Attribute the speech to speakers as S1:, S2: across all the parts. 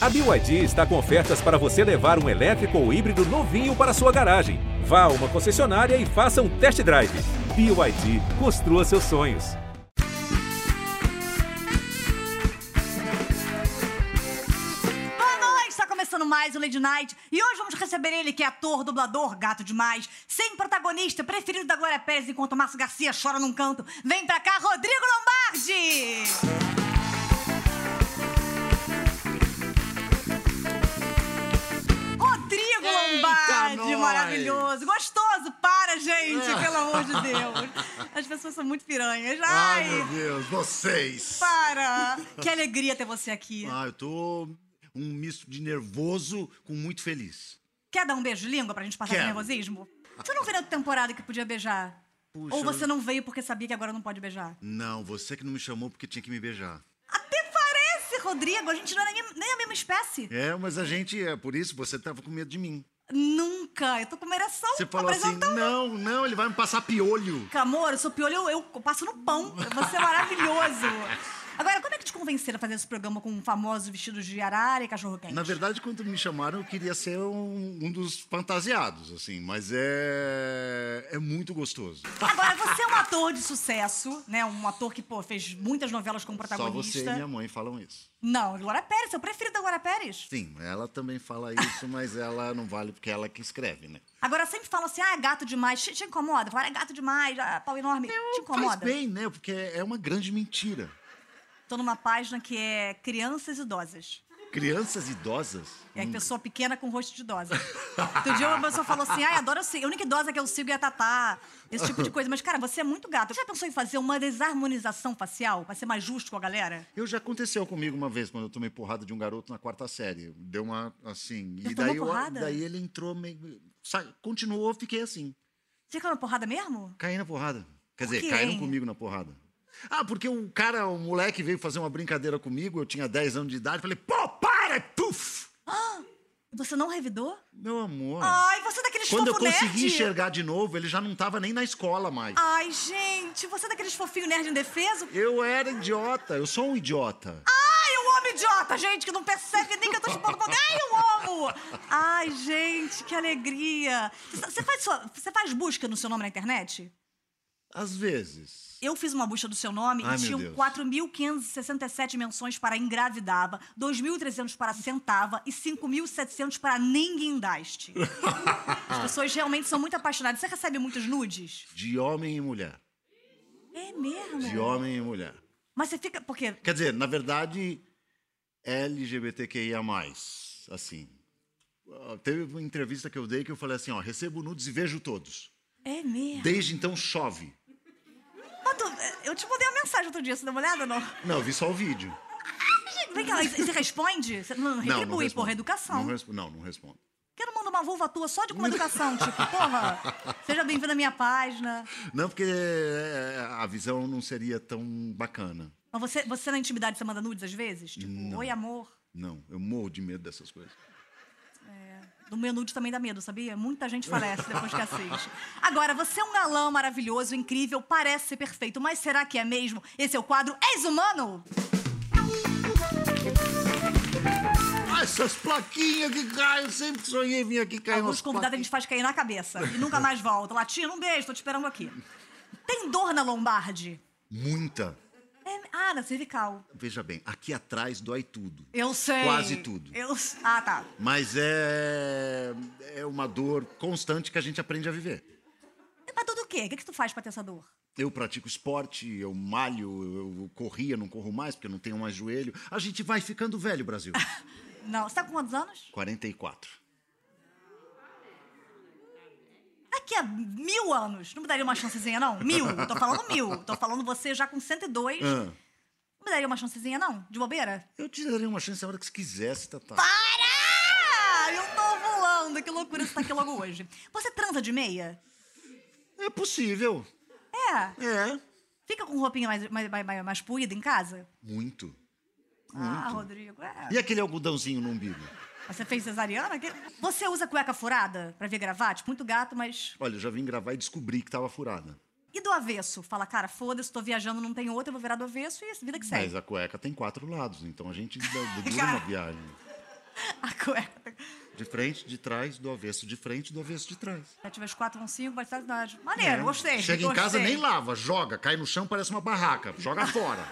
S1: A BYD está com ofertas para você levar um elétrico ou híbrido novinho para sua garagem. Vá a uma concessionária e faça um test drive. BYD, construa seus sonhos.
S2: Boa noite! Está começando mais o Lady Night e hoje vamos receber ele que é ator, dublador, gato demais, sem protagonista, preferido da Glória Pérez enquanto Márcio Garcia chora num canto. Vem pra cá, Rodrigo Lombardi! Rodrigo
S3: Eita,
S2: Lombardi,
S3: nós! É.
S2: maravilhoso, gostoso, para gente, pelo amor de Deus. As pessoas são muito piranhas.
S3: Ai,
S2: Ai,
S3: meu Deus, vocês!
S2: para! Que alegria ter você aqui.
S3: Ah, eu tô um misto de nervoso com muito feliz.
S2: Quer dar um beijo de língua pra gente passar
S3: Quero.
S2: de nervosismo? Você não veio na outra temporada que podia beijar?
S3: Puxa,
S2: Ou você não veio porque sabia que agora não pode beijar?
S3: Não, você que não me chamou porque tinha que me beijar.
S2: Até parece, Rodrigo. A gente não era nem, nem a mesma espécie.
S3: É, mas a gente, é por isso você tava com medo de mim.
S2: Nunca. Eu tô com uma ereção.
S3: Você falou assim:
S2: apresentando.
S3: não, não, ele vai me passar piolho.
S2: Amor, eu sou piolho, eu, eu passo no pão. Você é maravilhoso. Agora, como é que te convenceram a fazer esse programa com famosos vestidos de arara e cachorro-quente?
S3: Na verdade, quando me chamaram, eu queria ser um, um dos fantasiados, assim, mas é. é muito gostoso.
S2: Agora, você é um ator de sucesso, né? Um ator que, pô, fez muitas novelas como
S3: Só
S2: protagonista.
S3: você né? e minha mãe falam isso.
S2: Não, Glória Pérez, eu prefiro da Glória Pérez.
S3: Sim, ela também fala isso, mas ela não vale porque ela que escreve, né?
S2: Agora sempre falam assim, ah, é gato demais, te, te incomoda. Falaram, é gato demais, ah, pau enorme, te
S3: Faz
S2: incomoda.
S3: bem, né? Porque é uma grande mentira.
S2: Tô numa página que é crianças idosas.
S3: Crianças idosas?
S2: E aí, pessoa pequena com rosto de idosa. Outro dia uma pessoa falou assim, ai, adoro assim, a única idosa que eu sigo é a Tatá. Esse tipo de coisa. Mas, cara, você é muito gato. Já pensou em fazer uma desarmonização facial pra ser mais justo com a galera?
S3: Eu já aconteceu comigo uma vez, quando eu tomei porrada de um garoto na quarta série. Deu uma, assim...
S2: Você
S3: e
S2: tomou
S3: daí, eu-
S2: porrada?
S3: daí ele entrou meio... Sabe, continuou, eu fiquei assim.
S2: Você caiu na porrada mesmo?
S3: Caí na porrada. Quer dizer,
S2: quê,
S3: caíram
S2: hein?
S3: comigo na porrada. Ah, porque um cara, um moleque veio fazer uma brincadeira comigo, eu tinha 10 anos de idade, falei, pô, para! e Puf!
S2: Você não revidou?
S3: Meu amor...
S2: Ai, você é daquele
S3: Quando eu
S2: fofo
S3: consegui
S2: nerd? Ah.
S3: enxergar de novo, ele já não tava nem na escola mais.
S2: Ai, gente, você é daqueles fofinhos nerd indefeso?
S3: Eu era idiota, eu sou um idiota.
S2: Ai, eu amo É um idiota, gente, que não percebe nem que eu tô chupando com alguém. Ai, eu amo! Ai, gente, que alegria. Você faz, sua- você faz busca no seu nome na internet? Ah.
S3: Às vezes.
S2: Eu fiz uma busca do seu nome
S3: Ai,
S2: e
S3: meu
S2: tinham
S3: Deus.
S2: 4.567 menções para engravidava, 2.300 para sentava e 5.700 para nem guindaste. As pessoas realmente são muito apaixonadas. Você recebe muitos nudes?
S3: De homem e mulher.
S2: É mesmo?
S3: De homem e mulher.
S2: Mas você fica... Porque
S3: Quer dizer, na verdade, LGBTQIA. Assim. Ah, Teve uma entrevista que eu dei que eu falei assim: ó, recebo nudes e vejo todos.
S2: é mesmo.
S3: Desde então chove.
S2: Ah, tu- Eu te mandei uma mensagem outro dia, você deu uma olhada ou não?
S3: Não, eu vi só o vídeo.
S2: Vem cá, e você responde? Você não
S3: Não,
S2: retribui,
S3: não respondo.
S2: porra, educação.
S3: Não, respo- não, não respondo.
S2: Quero mandar uma vulva tua só de com educação, tipo, porra, seja bem-vindo à minha página.
S3: Não, porque é, a visão não seria tão bacana.
S2: Mas você, você na intimidade, você manda nudes às vezes? Tipo, oi, amor.
S3: Não, eu morro de medo dessas coisas.
S2: Do meu nude também dá medo, sabia? Muita gente falece depois que assiste. Agora, você é um galã maravilhoso, incrível, parece ser perfeito, mas será que é mesmo? Esse é o quadro És Humano?
S3: Ah, essas plaquinhas que caem, eu sempre sonhei em vir aqui cair
S2: Alguns
S3: umas
S2: convidados a gente faz cair na cabeça e nunca mais volta. Latino, um beijo, tô te esperando aqui. Tem dor na lombarde?
S3: plaquinhas. Muita.
S2: É, ah, na cervical.
S3: Veja bem, aqui atrás dói tudo.
S2: Eu sei.
S3: Quase tudo.
S2: Eu... Ah, tá.
S3: Mas é, é uma dor constante que a gente aprende a viver.
S2: Mas É tudo o quê? O que, que tu faz pra ter essa dor?
S3: Eu pratico esporte, eu malho, eu corria, não corro mais porque eu não tenho mais joelho. A gente vai ficando velho, Brasil.
S2: Não, você tá com quantos anos?
S3: 44.
S2: Daqui a mil anos. Não me daria uma chancezinha, não? Mil. Tô falando mil. Tô falando você já com 102. Não
S3: Ah,
S2: me daria uma chancezinha, não? De bobeira?
S3: eu te daria uma chance a hora que você quisesse, Tatá.
S2: Para! Eu tô voando. Que loucura você tá aqui logo hoje. Você transa de meia?
S3: É possível.
S2: É.
S3: É.
S2: Fica com roupinha mais, mais, mais, mais, mais puída em casa?
S3: Muito.
S2: Ah, Rodrigo, é.
S3: E aquele algodãozinho no umbigo?
S2: Mas Você fez cesariana? Que- Você usa cueca furada pra vir gravar? Tipo, muito gato, mas...
S3: Olha, eu já vim gravar e descobri que tava furada.
S2: E do avesso? Fala, cara, foda-se, tô viajando, não tem outra, eu vou virar do avesso e é vida que segue.
S3: Mas a cueca tem quatro lados, então a gente dá- dura
S2: Cara.
S3: uma viagem.
S2: A cueca.
S3: De frente, de trás, do avesso de frente, do avesso de trás.
S2: 7 vezes um, 4, 1, 5, vai estar idade. Maneiro, Né? gostei.
S3: Né? É. Chega em
S2: gostei.
S3: casa, nem lava, joga, cai no chão, parece uma barraca. Joga fora.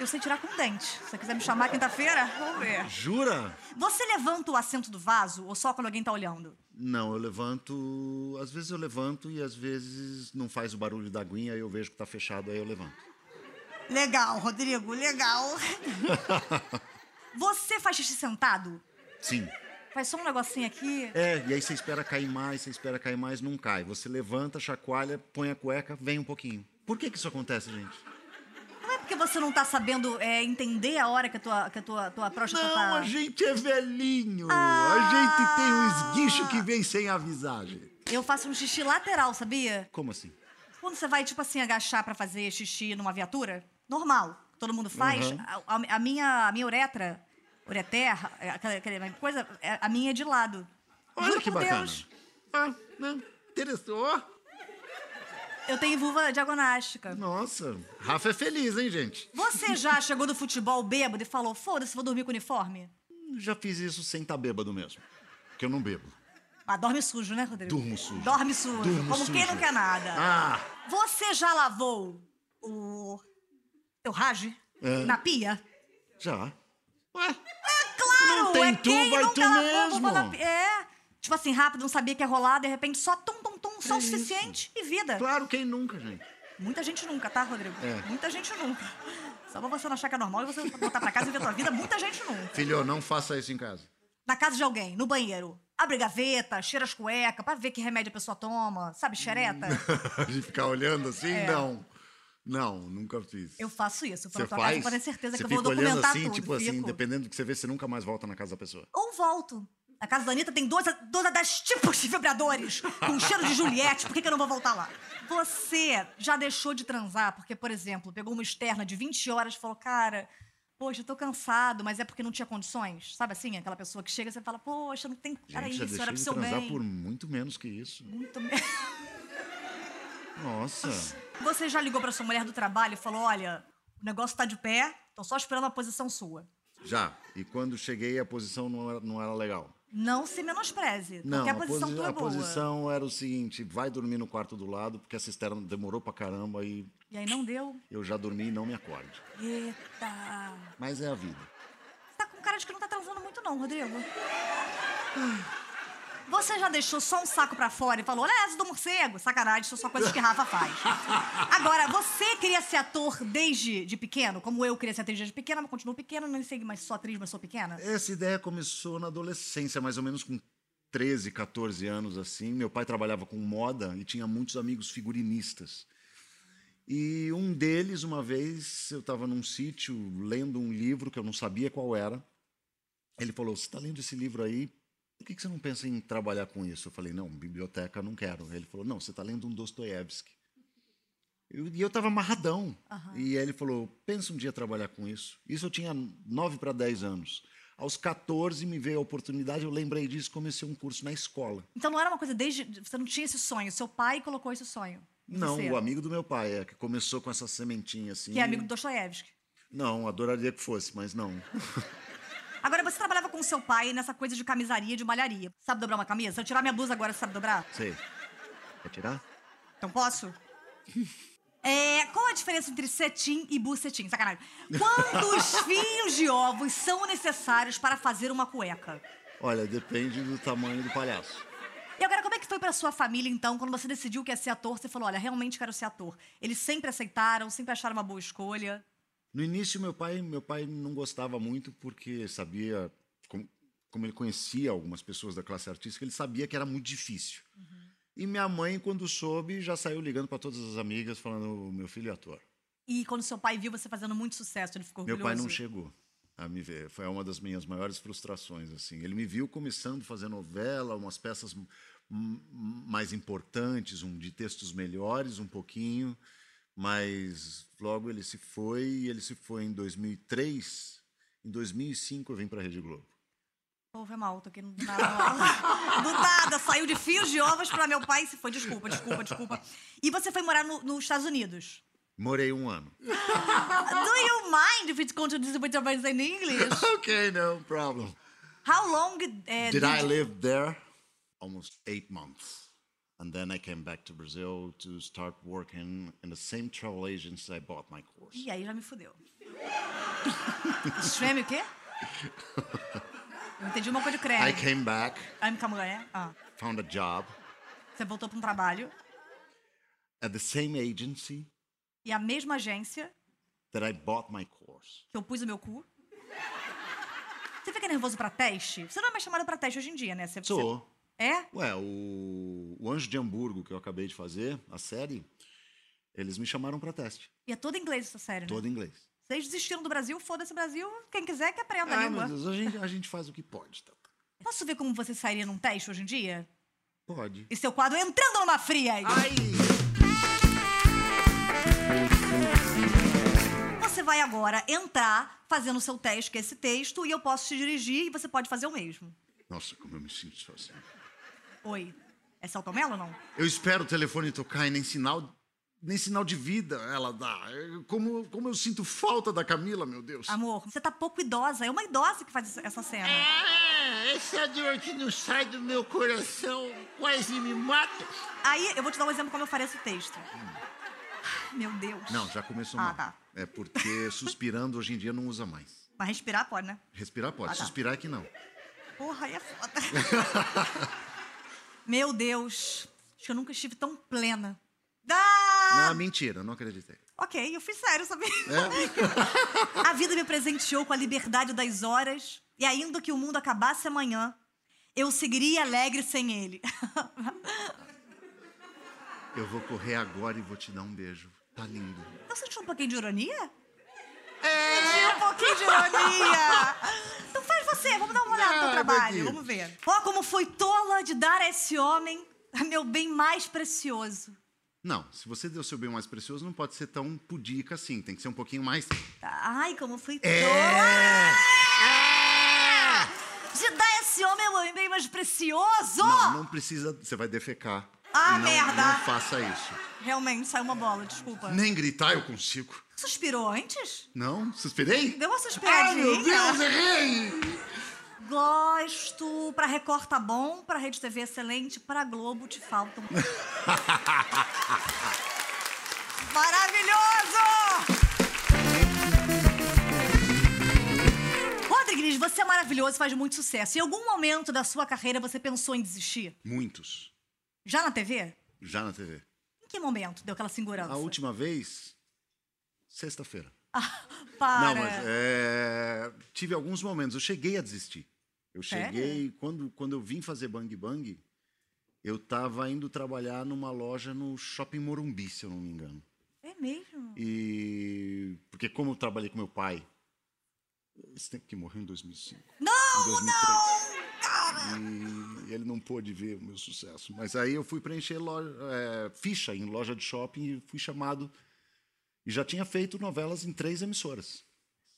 S2: Eu sei tirar com o dente. Se você quiser me chamar quinta-feira, vamos ver.
S3: Jura?
S2: Você levanta o assento do vaso ou só quando alguém tá olhando?
S3: Não, eu levanto. Às vezes eu levanto e às vezes não faz o barulho da aguinha, aí eu vejo que tá fechado, aí eu levanto.
S2: Legal, Rodrigo, legal. Você faz xixi sentado?
S3: Sim.
S2: Faz só um negocinho aqui.
S3: É, e aí você espera cair mais, você espera cair mais, não cai. Você levanta, chacoalha, põe a cueca, vem um pouquinho. Por que, que isso acontece, gente?
S2: Não é porque você não tá sabendo é, entender a hora que a tua, que a tua, tua próstata
S3: Não,
S2: tá...
S3: a gente é velhinho.
S2: Ah!
S3: A gente tem um esguicho que vem sem avisar, gente.
S2: Eu faço um xixi lateral, sabia?
S3: Como assim?
S2: Quando você vai, tipo assim, agachar pra fazer xixi numa viatura, normal, todo mundo faz,
S3: Uhum.
S2: a, a- a minha, a minha uretra, ureterra, é, aquela, aquela coisa, é, a minha é de lado.
S3: Olha
S2: Juro
S3: que
S2: por
S3: bacana.
S2: Deus,
S3: Ah, né? Interessou. Ó,
S2: eu tenho vulva diagonástica.
S3: Nossa, Rafa é feliz, hein, gente?
S2: Você já chegou do futebol bêbado e falou, foda-se, vou dormir com uniforme?
S3: Já fiz isso sem estar bêbado mesmo. Porque eu não bebo.
S2: Ah, dorme sujo, né, Rodrigo?
S3: Durmo sujo.
S2: Dorme sujo,
S3: Durmo
S2: como quem
S3: sujo.
S2: não quer nada.
S3: Ah,
S2: Você já lavou o teu rage
S3: É.
S2: na pia?
S3: já. Ué,
S2: Claro,
S3: Não tem
S2: é
S3: tu,
S2: quem
S3: vai
S2: nunca
S3: tu
S2: lavou a
S3: mesmo.
S2: bomba na pi- É. Tipo assim, rápido, não sabia que ia rolar, de repente só tum, tum, tum,
S3: É
S2: só o suficiente e vida.
S3: claro, quem nunca, gente?
S2: Muita gente nunca, tá, Rodrigo?
S3: É.
S2: Muita gente nunca. Só pra você não achar que é normal e você voltar pra casa e ver tua vida, muita gente nunca.
S3: Filho, não faça isso em casa.
S2: Na casa de alguém, no banheiro. Abre gaveta, cheira as cuecas pra ver que remédio a pessoa toma, sabe, xereta.
S3: De ficar olhando assim,
S2: É.
S3: não. Não, nunca fiz.
S2: Eu faço isso. Eu
S3: Você
S2: na tua casa
S3: faz?
S2: pra ter certeza que
S3: Você
S2: eu vou
S3: fica olhando
S2: documentar
S3: assim,
S2: tudo.
S3: tipo assim,
S2: fico.
S3: dependendo do que você vê, você nunca mais volta na casa da pessoa.
S2: ou volto. A casa da Anitta tem 12, 12 10 tipos de vibradores, com cheiro de Juliette, por que, que eu não vou voltar lá? Você já deixou de transar porque, por exemplo, pegou uma externa de 20 horas e falou, cara, poxa, eu tô cansado, mas é porque não tinha condições? Sabe assim? Aquela pessoa que chega e você fala, poxa, não tem.
S3: Gente,
S2: Peraí,
S3: já
S2: isso era
S3: deixei
S2: pro
S3: de
S2: seu
S3: transar
S2: bem.
S3: por muito menos que isso.
S2: Muito mesmo.
S3: Nossa.
S2: Você já ligou pra sua mulher do trabalho e falou, olha, o negócio tá de pé, tô só esperando a posição sua.
S3: Já. E quando cheguei, a posição não era, não era legal.
S2: Não se menospreze,
S3: Não,
S2: porque a posição
S3: posi-
S2: tua é
S3: a
S2: boa.
S3: posição era o seguinte: vai dormir no quarto do lado, porque a cisterna demorou pra caramba e
S2: E aí não deu.
S3: eu já dormi e não me acorde.
S2: Eita!
S3: Mas é a vida.
S2: Você tá com cara de que não tá transando muito, não, Rodrigo. Você já deixou só um saco pra fora e falou, olha essa do morcego. Sacanagem, isso são só coisas que Rafa faz. Agora, você queria ser ator desde de pequeno? Como eu queria ser atriz desde pequena, mas continuo pequena, não sei mais sou atriz, mas sou pequena.
S3: Essa ideia começou na adolescência, mais ou menos com 13, 14 anos assim. Meu pai trabalhava com moda e tinha muitos amigos figurinistas. E um deles, uma vez, eu estava num sítio lendo um livro que eu não sabia qual era. Ele falou: Você está lendo esse livro aí? Por que que você não pensa em trabalhar com isso? Eu falei: Não, biblioteca não quero. Ele falou: Não, você está lendo um Dostoiévski. Eu- E eu estava amarradão. E ele falou: pensa um dia trabalhar com isso. Isso eu tinha 9 para 10 anos. Aos 14 me veio a oportunidade, eu lembrei disso e comecei um curso na escola.
S2: Então não era uma coisa desde... Você não tinha esse sonho, seu pai colocou esse sonho. em
S3: Não,
S2: você,
S3: o amigo do meu pai, é, que começou com essa sementinha assim.
S2: Que é amigo do Dostoiévski.
S3: Não, adoraria que fosse, mas não.
S2: Agora, você trabalhava com seu pai nessa coisa de camisaria, de malharia. Sabe dobrar uma camisa? Se eu tirar minha blusa agora, você sabe dobrar?
S3: Sei. Quer tirar?
S2: Então posso? É, qual a diferença entre cetim e bucetim? Sacanagem. Quantos fios de ovos são necessários para fazer uma cueca?
S3: Olha, depende do tamanho do palhaço.
S2: E agora, como é que foi pra sua família, então, quando você decidiu que ia ser ator? Você falou, olha, realmente quero ser ator. Eles sempre aceitaram, sempre acharam uma boa escolha.
S3: No início, meu pai, meu pai não gostava muito porque sabia, como, como ele conhecia algumas pessoas da classe artística, ele sabia que era muito difícil. E minha mãe, quando soube, já saiu ligando para todas as amigas, falando: meu filho é ator.
S2: E quando seu pai viu você fazendo muito sucesso, ele ficou
S3: Meu
S2: orgulhoso.
S3: pai não chegou a me ver. Foi uma das minhas maiores frustrações. assim. Ele me viu começando a fazer novela, umas peças m- m- mais importantes, um de textos melhores, um pouquinho. Mas logo ele se foi e ele se foi em 2003. Em 2005 eu vim para a Rede Globo.
S2: Pô, foi mal, tô aqui do nada. Do nada, saiu de fios de ovos pra meu pai e se foi. Desculpa, desculpa, desculpa. E você foi morar no- nos Estados Unidos?
S3: Morei um ano.
S2: Do you mind if it continues with your voice in English?
S3: ok, no problem.
S2: How long é,
S3: Did
S2: did-
S3: I live there? Almost eight months. And then I came back to Brazil to start working in the same travel agency I bought my course.
S2: Ih, aí já me fudeu. Stream o quê? Eu entendi uma coisa de
S3: I
S2: creme.
S3: came back,
S2: I'm Camulé. Ah,
S3: found a job
S2: você voltou pra um trabalho
S3: at the same agency
S2: e a mesma agência
S3: that I bought my course.
S2: que eu pus o meu cu. Você fica nervoso pra teste? Você não é mais chamado pra teste hoje em dia, né? Você, você-
S3: So,
S2: É?
S3: ué, o, o Anjo de Hamburgo, que eu acabei de fazer, a série, eles me chamaram para teste,
S2: E é todo inglês essa série, né?
S3: todo em inglês.
S2: Vocês desistiram do Brasil, foda-se Brasil. Quem quiser que aprenda a
S3: Ah,
S2: língua.
S3: mas a gente, a gente faz o que pode, tá, Tata.
S2: Posso ver como você sairia num teste hoje em dia?
S3: Pode.
S2: E seu quadro entrando numa fria.
S3: Ai!
S2: Você vai agora entrar fazendo o seu teste, que é esse texto, e eu posso te dirigir e você pode fazer o mesmo.
S3: Nossa, como eu me sinto sozinho.
S2: Oi. É Celton Mello ou não?
S3: Eu espero o telefone tocar e nem sinal, nem sinal de vida ela dá. Eu- Como, como eu sinto falta da Camila, meu Deus.
S2: Amor, você tá pouco idosa. É uma idosa que faz essa- essa cena.
S3: É.
S4: Ah, essa dor que não sai do meu coração quase me mata.
S2: Aí eu vou te dar um exemplo como eu faria esse texto. Meu Deus.
S3: Não, já começou
S2: Ah,
S3: mal.
S2: tá.
S3: É porque suspirando hoje em dia não usa mais.
S2: Mas respirar pode, né?
S3: Respirar pode,
S2: Ah, tá.
S3: suspirar é que não.
S2: Porra, aí é foda. Meu Deus. Acho que eu nunca estive tão plena. Ah!
S3: Não, é mentira, não acreditei.
S2: Ok, eu fui sério, sabia?
S3: É?
S2: a vida me presenteou com a liberdade das horas, e ainda que o mundo acabasse amanhã, eu seguiria alegre sem ele.
S3: Eu vou correr agora e vou te dar um beijo. Tá lindo.
S2: Eu senti um pouquinho de ironia?
S3: né?
S2: É! um pouquinho de ironia! Então faz você, vamos dar uma olhada no teu
S3: Ai,
S2: trabalho,
S3: Deus.
S2: vamos ver. Ó, como fui tola de dar a esse homem meu bem mais precioso.
S3: Não, se você deu seu bem mais precioso, não pode ser tão pudica assim. Tem que ser um pouquinho mais.
S2: Tá, Ai, como fui tola
S3: É!
S2: de dar a esse homem meu bem mais precioso!
S3: Não, não precisa. Você vai defecar.
S2: Ah,
S3: não,
S2: merda.
S3: Não faça isso.
S2: Realmente, saiu uma bola, desculpa.
S3: Nem gritar eu consigo.
S2: Suspirou antes?
S3: Não? Suspirei?
S2: Deu uma
S3: Ai, meu
S2: suspiradinha?
S3: Deus, né? errei!
S2: Gosto. Pra Record tá bom, pra Rede TV excelente, pra Globo te faltam. Maravilhoso! Rodrigues, você é maravilhoso, faz muito sucesso. Em algum momento da sua carreira você pensou em desistir?
S3: Muitos.
S2: Já na TV?
S3: Já na TV.
S2: Em que momento deu aquela segurança?
S3: A última vez, sexta-feira.
S2: Ah, para.
S3: Não, mas é, tive alguns momentos. Eu cheguei a desistir. Eu
S2: Sério?
S3: cheguei, quando, quando eu vim fazer Bang Bang, eu tava indo trabalhar numa loja no Shopping Morumbi, se eu não me engano.
S2: É mesmo?
S3: E porque como eu trabalhei com meu pai, esse tempo que morreu em 2005.
S2: Não,
S3: em 2003.
S2: não! Cara!
S3: E ele não pôde ver o meu sucesso. Mas aí eu fui preencher loja- é, ficha em loja de shopping e fui chamado. E já tinha feito novelas em três emissoras.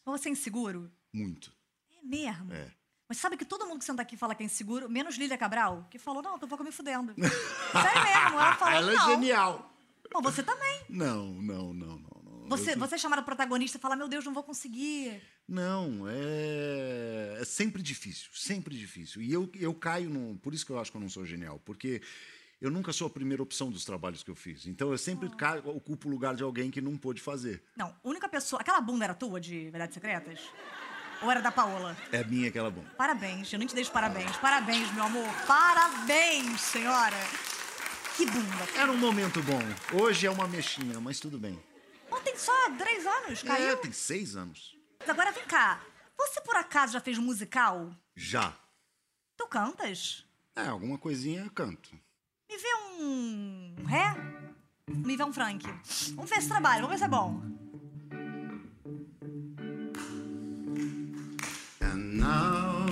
S2: Mas Você é inseguro?
S3: Muito.
S2: É mesmo?
S3: É.
S2: Mas sabe que todo mundo que senta aqui fala que é inseguro, menos Lília Cabral, que falou, não, tô um pouco me fudendo. Sério mesmo, ela falou,
S3: Ela
S2: não.
S3: é genial.
S2: Bom, você também.
S3: Não, não, não, não. não.
S2: Você,
S3: Eu-
S2: você é chamada protagonista e fala, meu Deus, não vou conseguir.
S3: Não, é... é sempre difícil, sempre difícil. E eu, eu caio num... Por isso que eu acho que eu não sou genial, porque... Eu nunca sou a primeira opção dos trabalhos que eu fiz. Então eu sempre
S2: Ah.
S3: caio, ocupo o lugar de alguém que não pôde fazer.
S2: Não, a única pessoa... Aquela bunda era tua, de Verdades Secretas? Ou era da Paola?
S3: É minha aquela bomba.
S2: Parabéns, eu nem te deixo parabéns. Parabéns, meu amor. Parabéns, senhora. Que bunda.
S3: Era um momento bom. Hoje é uma mexinha, mas tudo bem.
S2: Ontem só três anos, caiu.
S3: É, tem seis anos.
S2: Mas Agora vem cá, você por acaso já fez musical?
S3: Já.
S2: Tu cantas?
S3: É, alguma coisinha eu canto.
S2: Me vê um ré? Me vê um Frank. Vamos ver esse trabalho, vamos ver se é bom.
S3: And now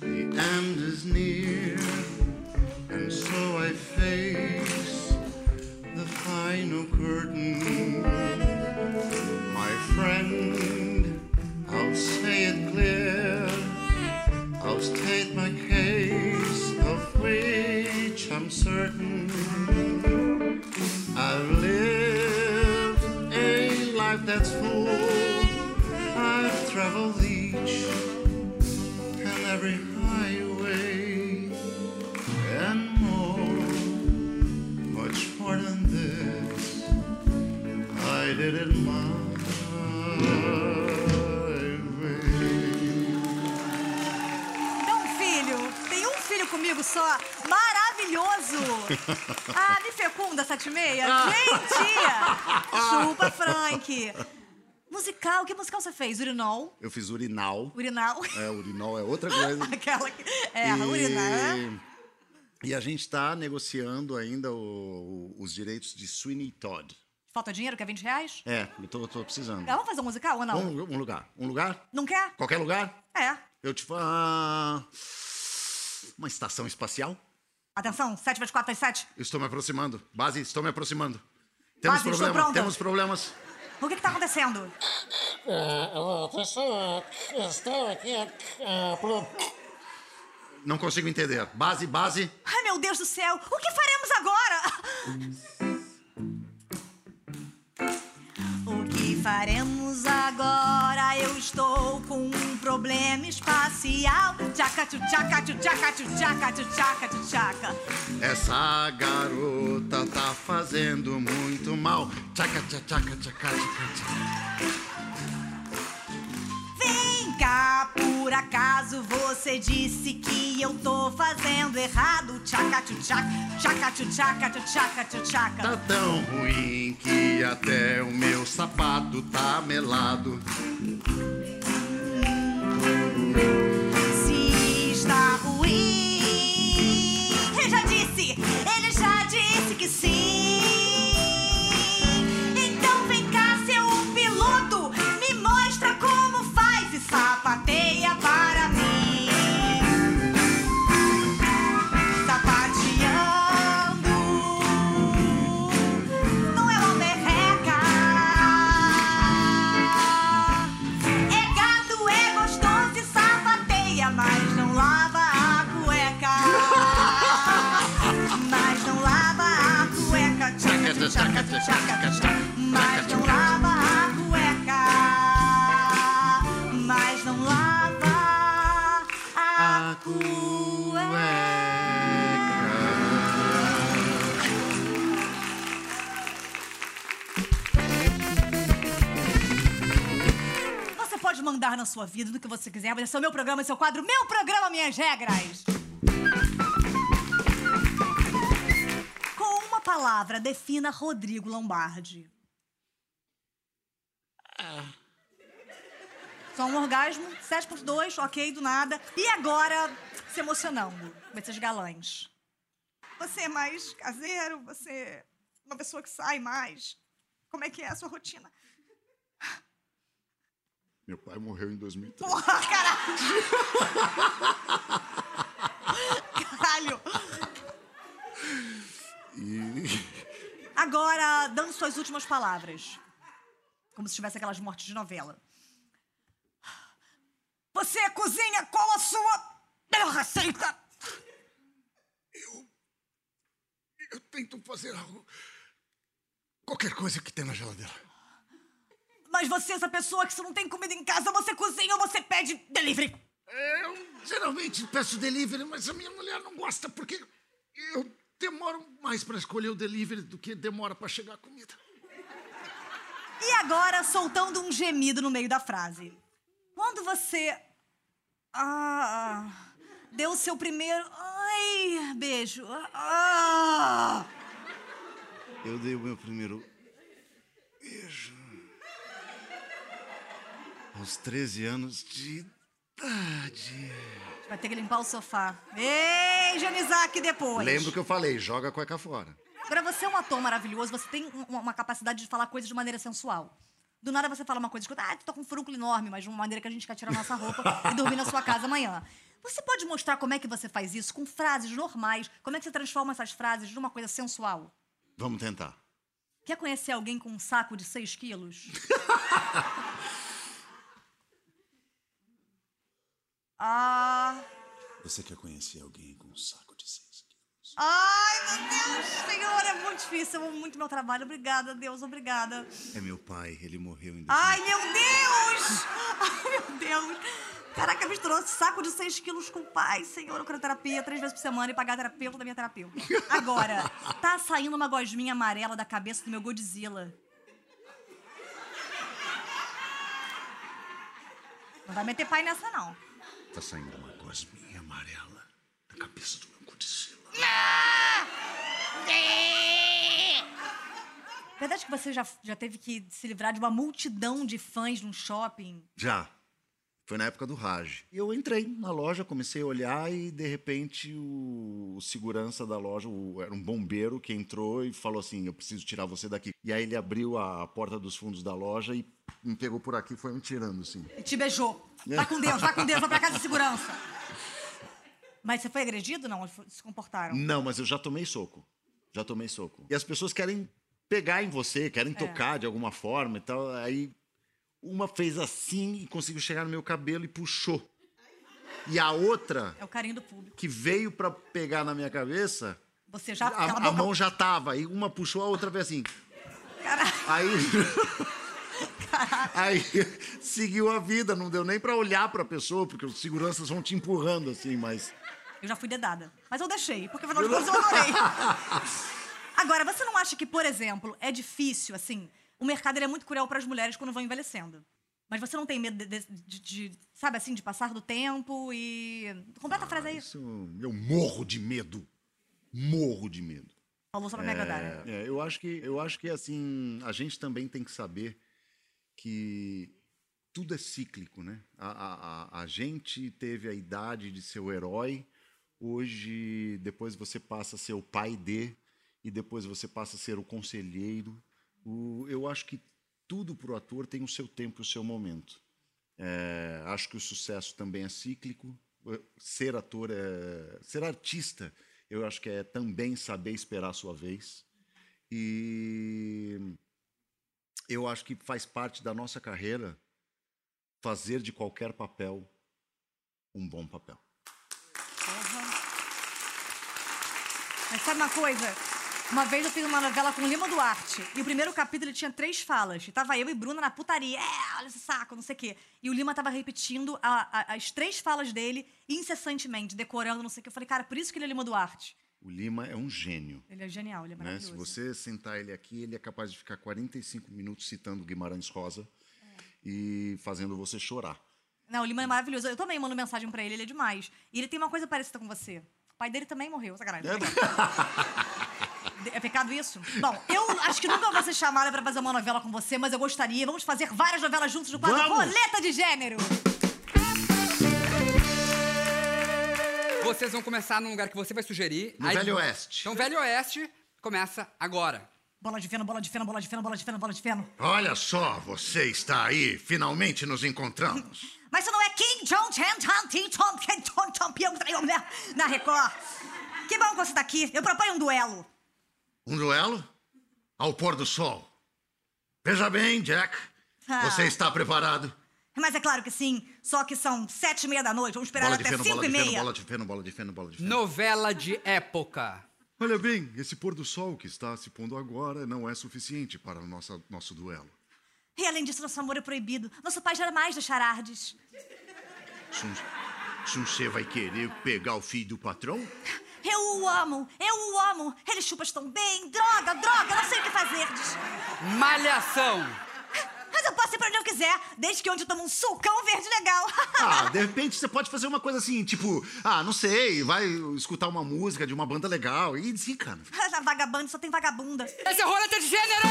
S3: the end is near, and so I face the final curtain. My friend, I'll say it clear, I'll state my case of which I'm certain. I've lived a life that's full. I've traveled each and every highway and more. Much more than this, I did it my way.
S2: Então, filho, tem um filho comigo só. Maravilhoso! Ah, me fecunda, sete e meia. Gente! Chupa, Frank. Musical, que musical você fez? Urinol?
S3: Eu fiz urinal.
S2: Urinal?
S3: É, urinal é outra coisa.
S2: Aquela que... É, urinar. né?
S3: E a gente está negociando ainda o- o- os direitos de Sweeney Todd.
S2: Falta dinheiro, quer 20 reais?
S3: É, eu tô, tô precisando.
S2: Ah, vamos fazer um musical ou não?
S3: Um, um lugar. Um lugar?
S2: Não quer?
S3: Qualquer lugar?
S2: É.
S3: Eu te falo. ah, Uma estação espacial?
S2: Atenção, 7 vezes 4 vezes 7.
S3: Eu Estou me aproximando. Base, estou me aproximando. Temos
S2: Base, estou
S3: problemas.
S2: pronta.
S3: Temos problemas.
S2: O que que tá acontecendo?
S5: Ah, pessoal, estou aqui ah, pro-
S3: Não consigo entender. Base, base.
S2: Ai, meu Deus do céu! O que faremos agora? O que faremos agora? Eu estou com um problema espacial. Tchaca, tchu, tchaca, tchu, tchaca, tchu, tchaca, tchu, tchaca, tchu, tchaca.
S3: Essa garota tá fazendo muito mal. Tchaca, tchaca, tchaca, tchaca, tchaca, tchaca.
S2: Vem cá, por acaso você disse que eu tô fazendo errado? Tchaca, tchu, tchaca, tchaca, tchu, tchaca, tchu, tchaca, tchu, tchaca.
S3: Tá tão ruim que até o meu sapato tá melado.
S2: Se está ruim. Ele já disse, ele já disse que sim. Então vem cá, seu piloto, me mostra como faz e sapateia para mim. Sapateando não é uma merreca. É gato, é gostoso e sapateia, mas não lava a cueca. Mas não lava a cueca. Tchaca, tchaca, tchaca, tchaca, tchaca. Mas não lava a cueca. Mas não lava a cueca. Você pode mandar na sua vida do que você quiser, mas esse é o meu programa, esse é o quadro Meu Programa Minhas Regras. Com uma palavra, defina Rodrigo Lombardi. Só um orgasmo, 7.2, ok, do nada. E agora, se emocionando com esses galãs. Você é mais caseiro? Você é uma pessoa que sai mais? Como é que é a sua rotina?
S3: Meu pai morreu em 2003.
S2: Porra, caralho! caralho! Agora, dando suas últimas palavras. Como se tivesse aquelas mortes de novela. Você cozinha qual a sua melhor receita?
S3: Eu tento fazer algo. Qualquer coisa que tem na geladeira.
S2: Mas você, é essa pessoa que se não tem comida em casa, você cozinha ou você pede delivery?
S3: Eu geralmente peço delivery, mas a minha mulher não gosta porque eu demoro mais pra escolher o delivery do que demora pra chegar a comida.
S2: E agora, soltando um gemido no meio da frase. Quando você. Ah. Deu o seu primeiro. Ai, beijo. Ah.
S3: Eu dei o meu primeiro beijo aos 13 anos de idade.
S2: Vai ter que limpar o sofá. Ei, higienizar aqui depois.
S3: Lembro que eu falei, joga a cueca fora.
S2: Agora, você é um ator maravilhoso, você tem um- uma capacidade de falar coisas de maneira sensual. Do nada você fala uma coisa, escuta, ah, tu tá com um furúnculo enorme, mas de uma maneira que a gente quer tirar nossa roupa e dormir na sua casa amanhã. Você pode mostrar como é que você faz isso com frases normais? Como é que você transforma essas frases numa coisa sensual?
S3: Vamos tentar.
S2: Quer conhecer alguém com um saco de 6 quilos? ah.
S3: Você quer conhecer alguém com um saco de cinza?
S2: Ai, meu Deus, senhor, é muito difícil. Eu amo muito meu trabalho. Obrigada, Deus, obrigada.
S3: É meu pai, ele morreu em
S2: Ai, meu Deus! Ai, meu Deus! Caraca, misturou saco de 6 quilos com pai, senhor, croterapia, três vezes por semana e pagar a terapeuta da minha terapeuta. Agora, tá saindo uma gosminha amarela da cabeça do meu Godzilla. Não vai meter pai nessa, não.
S3: Tá saindo uma gosminha amarela da cabeça do meu Godzilla.
S2: Verdade que você já, já teve que se livrar de uma multidão de fãs num shopping?
S3: Já. Foi na época do Raj. E eu entrei na loja, comecei a olhar e, de repente, o, o segurança da loja, o- era um bombeiro que entrou e falou assim: Eu preciso tirar você daqui. E aí ele abriu a porta dos fundos da loja e me pegou por aqui e foi me tirando, assim.
S2: E te beijou. Vai com Deus, vai com Deus, vai pra casa de segurança. Mas você foi agredido? Não, eles fo- se comportaram.
S3: Não, mas eu já tomei soco. Já tomei soco. E as pessoas querem pegar em você, querem tocar de alguma forma e tal. Aí uma fez assim e conseguiu chegar no meu cabelo e puxou. E a outra
S2: É o carinho do público.
S3: que veio pra pegar na minha cabeça,
S2: Você já.
S3: a,
S2: Ah, cala
S3: a
S2: boca.
S3: mão já tava. E uma puxou, a outra veio assim.
S2: Caraca.
S3: Aí. Aí seguiu a vida, não deu nem pra olhar pra pessoa, porque os seguranças vão te empurrando assim, mas.
S2: Eu já fui dedada. Mas eu deixei, porque afinal de contas eu adorei. Agora, você não acha que, por exemplo, é difícil, assim, o mercado ele é muito cruel para as mulheres quando vão envelhecendo. Mas você não tem medo de, de- de- de- sabe assim, de passar do tempo e. Completa a frase aí.
S3: Isso, eu morro de medo. Morro de medo.
S2: Falou só pra me agradar, né?
S3: É, eu acho que eu acho que assim a gente também tem que saber que tudo é cíclico, né? A, a- a- a gente teve a idade de ser o herói, hoje depois você passa a ser o pai de e depois você passa a ser o conselheiro. O- eu acho que tudo para o ator tem o seu tempo e o seu momento. É, acho que o sucesso também é cíclico. Ser ator é. Ser artista, eu acho que é também saber esperar a sua vez. E eu acho que faz parte da nossa carreira fazer de qualquer papel um bom papel.
S2: Mas sabe uma coisa? Uma vez eu fiz uma novela com Lima Duarte. E o primeiro capítulo ele tinha três falas. E tava eu e Bruna na putaria. É, olha esse saco, não sei o quê. E o Lima tava repetindo a- a- as três falas dele incessantemente, decorando, não sei o quê. Eu falei, cara, por isso que ele é Lima Duarte.
S3: O Lima é um gênio.
S2: Ele é genial, ele é
S3: Né? Se
S2: maravilhoso.
S3: você sentar ele aqui, ele é capaz de ficar 45 minutos citando Guimarães Rosa e fazendo você chorar.
S2: Não, o Lima é maravilhoso. Eu também mando mensagem pra ele, ele é demais. E ele tem uma coisa parecida com você. O pai dele também morreu, sacanagem. É pecado isso? Bom, eu acho que nunca vou ser chamada pra fazer uma novela com você, mas eu gostaria. Vamos fazer várias novelas juntos no quadro
S3: Vamos!
S2: Roleta de Gênero.
S6: Vocês vão começar num lugar que você vai sugerir.
S3: No Velho Oeste.
S6: Então, Velho Oeste começa agora.
S2: Bola de feno, bola de feno, bola de feno, bola de feno, bola de feno.
S3: Olha só, você está aí. Finalmente nos encontramos.
S2: Mas isso não é King John Chan Chan Tim Tom Ken Tom Tom Pyong Traiom, né? na Record. Que bom que você tá aqui. Eu proponho um duelo.
S3: Um duelo ao pôr do sol. Veja bem, Jack.
S2: Ah.
S3: Você está preparado?
S2: Mas é claro que sim, só que são sete e meia da noite. Vamos esperar
S3: Bola de
S2: até
S3: feno,
S2: cinco
S3: bola
S2: e
S3: de feno,
S2: meia.
S3: bola de feno, bola de feno, bola de feno.
S6: Novela de época.
S3: Olha bem, esse pôr do sol que está se pondo agora não é suficiente para o nosso, nosso duelo.
S2: E além disso, nosso amor é proibido. Nosso pai jamais deixará ardes.
S3: Sun, Sunse vai querer pegar o filho do patrão?
S2: Eu o amo, eu o amo. Ele chupa tão bem. Droga, droga, não sei o que fazer.
S6: Malhação.
S2: Mas eu posso ir pra onde eu quiser, desde que onde eu tomo um sucão verde legal.
S3: Ah, de repente você pode fazer uma coisa assim, tipo, ah, não sei, vai escutar uma música de uma banda legal e desencana.
S2: Na vagabanda só tem vagabunda.
S6: Esse é o Roleta de Gênero!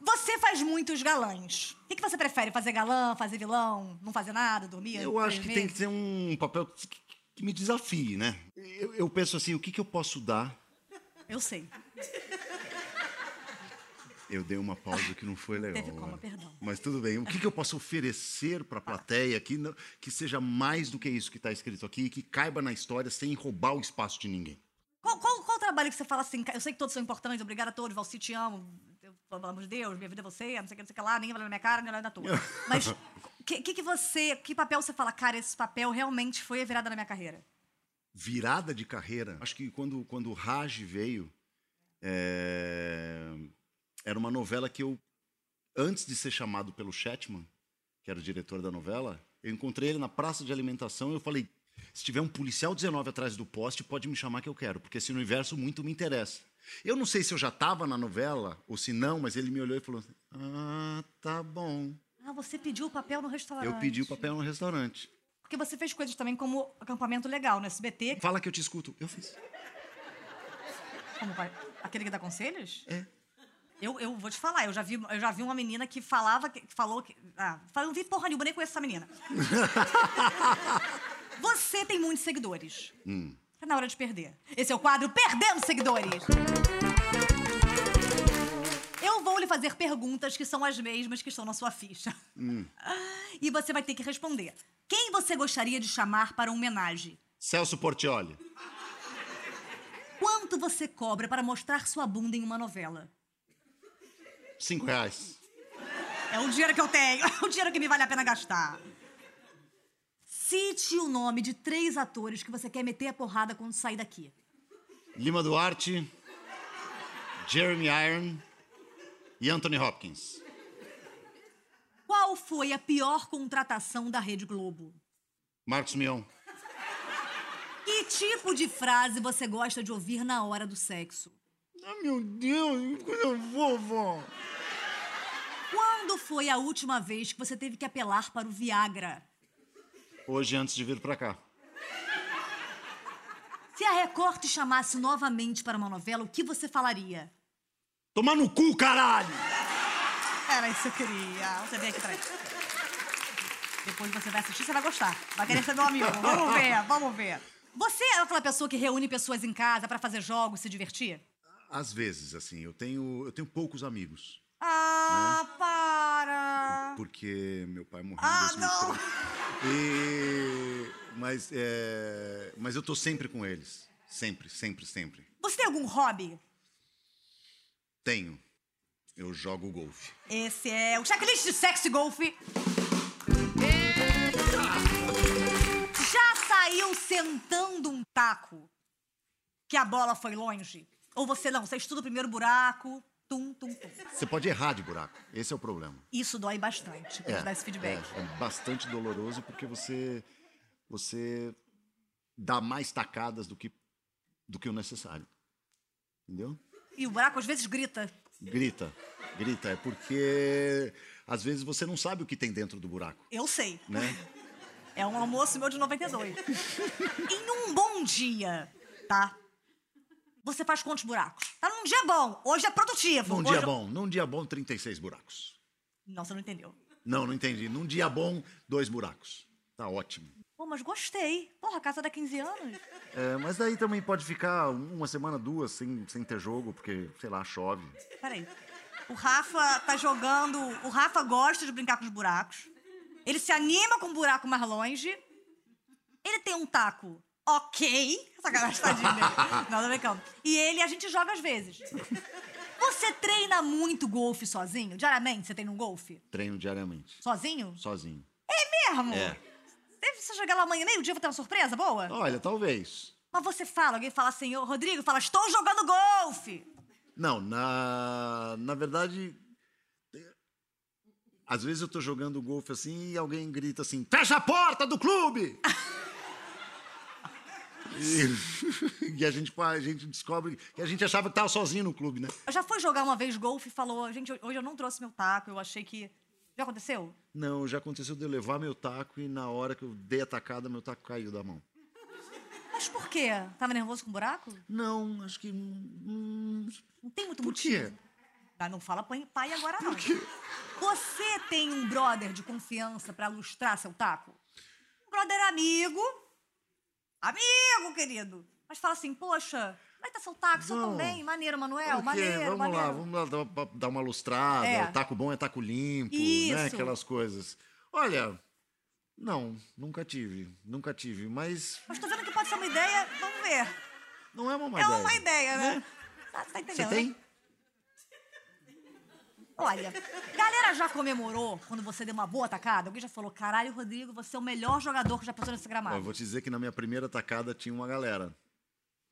S2: Você faz muitos galãs. O que que você prefere? Fazer galã, fazer vilão, não fazer nada, dormir?
S3: Eu
S2: três
S3: acho que tem que
S2: meses?
S3: ser um papel que, que me desafie, né? Eu, eu penso assim, o que, que eu posso dar?
S2: Eu sei.
S3: Eu dei uma pausa que não foi legal.
S2: Teve coma,
S3: né?
S2: perdão.
S3: Mas tudo bem. O que, que eu posso oferecer para a plateia que, não- que seja mais do que isso que está escrito aqui e que caiba na história sem roubar o espaço de ninguém?
S2: Qual, qual, qual o trabalho que você fala assim? "Ca- Eu sei que todos são importantes, obrigada a todos, Valci, te amo. eu- Pelo amor de Deus, minha vida é você, não sei o que, não sei o que lá, nem olha na minha cara, nem olha na tua. Mas o que, que, que você. Que papel você fala, cara, esse papel realmente foi a virada na minha carreira?
S3: virada de carreira. Acho que quando, quando o Raj veio, é, era uma novela que eu antes de ser chamado pelo Shetman, que era o diretor da novela, eu encontrei ele na praça de alimentação e eu falei: se tiver um policial 19 atrás do poste, pode me chamar que eu quero, porque esse universo muito me interessa. Eu não sei se eu já estava na novela ou se não, mas ele me olhou e falou: assim, Ah, tá bom.
S2: Ah, você pediu o papel no restaurante.
S3: Eu pedi o papel no restaurante.
S2: Porque você fez coisas também como acampamento legal no SBT,
S3: Fala que eu te escuto. Eu fiz.
S2: como vai. Aquele que dá conselhos?
S3: É.
S2: Eu, eu vou te falar, eu já vi, eu já vi uma menina que falava, que que falou que. Ah, falei, não vi porra nenhuma, nem conheço essa menina. Você tem muitos seguidores. Tá na hora de perder. Esse é o quadro Perdendo Seguidores. Eu vou lhe fazer perguntas que são as mesmas que estão na sua ficha. E você vai ter que responder. Quem você gostaria de chamar para uma homenagem?
S3: Celso Portioli.
S2: Quanto você cobra para mostrar sua bunda em uma novela?
S3: Cinco reais.
S2: É o dinheiro que eu tenho, é o dinheiro que me vale a pena gastar. Cite o nome de três atores que você quer meter a porrada quando sair daqui.
S3: Lima Duarte, Jeremy Iron e Anthony Hopkins.
S2: Qual foi a pior contratação da Rede Globo?
S3: Marcos Mion.
S2: Que tipo de frase você gosta de ouvir na hora do sexo?
S4: Ah, meu Deus, quando eu vou, vó.
S2: Quando foi a última vez que você teve que apelar para o Viagra?
S3: Hoje, antes de vir pra cá.
S2: Se a Record te chamasse novamente para uma novela, o que você falaria?
S3: Tomar no cu, caralho!
S2: Era isso que eu queria. Você vem aqui atrás. Depois você vai assistir, você vai gostar. Vai querer ser meu amigo. Vamos ver, vamos ver. Você é aquela pessoa que reúne pessoas em casa pra fazer jogos, se divertir?
S3: Às vezes, assim, eu tenho, eu tenho poucos amigos.
S2: Ah, para!
S3: Porque meu pai morreu
S2: Ah,
S3: em 2003. E... Mas, é... Mas eu tô sempre com eles. Sempre, sempre, sempre.
S2: Você tem algum hobby?
S3: Tenho. Eu jogo golfe.
S2: Esse é o checklist de sexo e golfe. Já saiu sentando um taco que a bola foi longe? Ou você não, você estuda o primeiro buraco, tum, tum, tum.
S3: Você pode errar de buraco. Esse é o problema.
S2: Isso dói bastante, pra te dar esse feedback.
S3: É, é bastante doloroso porque você você dá mais tacadas do que do que o necessário. Entendeu?
S2: E o buraco às vezes grita.
S3: Grita, grita é porque às vezes você não sabe o que tem dentro do buraco,
S2: Eu sei.
S3: né?
S2: É um almoço meu de 92. em um bom dia, tá? Você faz quantos buracos? Tá num dia bom. Hoje é produtivo.
S3: Num
S2: hoje
S3: dia
S2: eu-
S3: bom, num dia bom 36 buracos.
S2: Não, você não entendeu.
S3: Não, não entendi. Num dia bom, dois buracos. Tá ótimo.
S2: Pô, mas gostei. Porra, a casa dá 15 anos.
S3: É, mas daí também pode ficar uma semana, duas sem, sem ter jogo, porque, sei lá, chove.
S2: Peraí. O Rafa tá jogando. O Rafa gosta de brincar com os buracos. Ele se anima com um buraco mais longe. Ele tem um taco ok. Sacanagem, tadinho dele. Não, tô brincando. E ele, a gente joga às vezes. Você treina muito golfe sozinho? Diariamente você treina um golfe?
S3: Treino diariamente,
S2: Sozinho?
S3: sozinho.
S2: É mesmo?
S3: É.
S2: Deve você jogar lá amanhã, meio-dia, eu vou ter uma surpresa boa?
S3: Olha, talvez.
S2: Mas você fala, alguém fala assim, ô Rodrigo, fala, estou jogando golfe!
S3: Não, na, na verdade. Às vezes eu tô jogando golfe assim e alguém grita assim: fecha a porta do clube! e, e a, gente, a gente descobre que a gente achava que tava sozinho no clube, né?
S2: Já foi jogar uma vez golfe e falou, gente, hoje eu não trouxe meu taco, eu achei que. Já aconteceu?
S3: Não, já aconteceu de eu levar meu taco e na hora que eu dei a tacada, meu taco caiu da mão.
S2: Mas por quê? Tava nervoso com buraco?
S3: Não, acho que. hum,
S2: Não tem muito
S3: por quê?
S2: motivo. Ah, não fala pai- pai agora, não. Você tem um brother de confiança pra lustrar seu taco? Um brother amigo. Amigo, querido! Mas fala assim, poxa, vai tá seu taco, seu
S3: Vamos.
S2: também. Maneiro, Manuel,
S3: Por quê?
S2: É, maneiro,
S3: vamos
S2: maneiro.
S3: lá, vamos lá dar, pra- dar uma lustrada.
S2: É.
S3: Taco bom é taco limpo, né?
S2: Isso.
S3: Aquelas coisas. Olha, não, nunca tive, nunca tive, mas
S2: Mas tô vendo que pode ser uma ideia, vamos ver.
S3: não é uma má
S2: é
S3: ideia.
S2: uma ideia, né? Tá, tá
S3: Você
S2: entendendo? né?
S3: tem?
S2: Olha, galera já comemorou quando você deu uma boa tacada? Alguém já falou, caralho, Rodrigo, você é o melhor jogador que já passou nesse
S3: Ó,
S2: gramado.
S3: vou te dizer que na minha primeira tacada tinha uma galera.